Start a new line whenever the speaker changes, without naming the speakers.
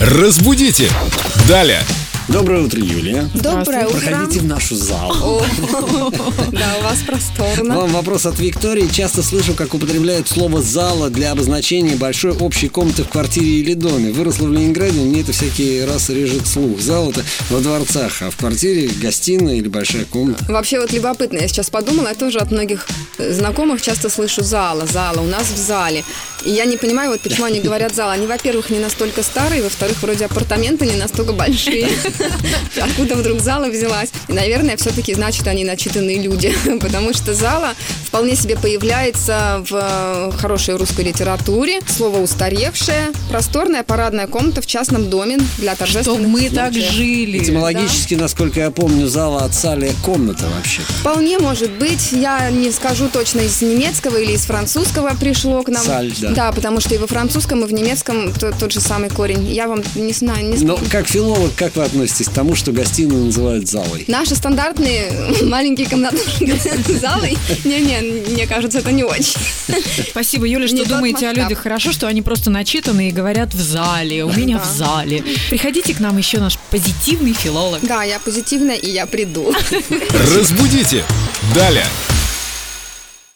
Разбудите! Далее!
Доброе утро, Юлия.
Доброе утро.
Проходите в нашу залу.
Да, у вас просторно.
Вам вопрос от Виктории. Часто слышу, как употребляют слово «зала» для обозначения большой общей комнаты в квартире или доме. Выросла в Ленинграде, мне это всякий раз режет слух. Зал это во дворцах, а в квартире гостиная или большая комната.
Вообще вот любопытно, я сейчас подумала, я тоже от многих э, знакомых часто слышу зала, зала, у нас в зале. И я не понимаю, вот почему они говорят зал. Они, во-первых, не настолько старые, во-вторых, вроде апартаменты не настолько большие. Откуда вдруг зала взялась? И, наверное, все-таки значит, они начитанные люди, потому что зала вполне себе появляется в э, хорошей русской литературе. Слово устаревшее, просторная парадная комната в частном доме для
Что
торжественных
мы так
случаев.
жили.
Этимологически, насколько я помню, зала от сали комната вообще.
Вполне может быть. Я не скажу точно из немецкого или из французского пришло к нам.
Саль, да.
потому что и во французском, и в немецком то- тот же самый корень. Я вам не знаю, не
Но
скажу.
как филолог, как вы относитесь к тому, что гостиную называют залой?
Наши стандартные маленькие комнатушки с залой. Не-не, мне кажется, это не очень.
Спасибо, Юля,
Не
что
тот
думаете о
масштаб.
людях. Хорошо, что они просто начитаны и говорят в зале. У меня в зале. Приходите к нам еще наш позитивный филолог.
Да, я позитивная, и я приду.
Разбудите! Далее!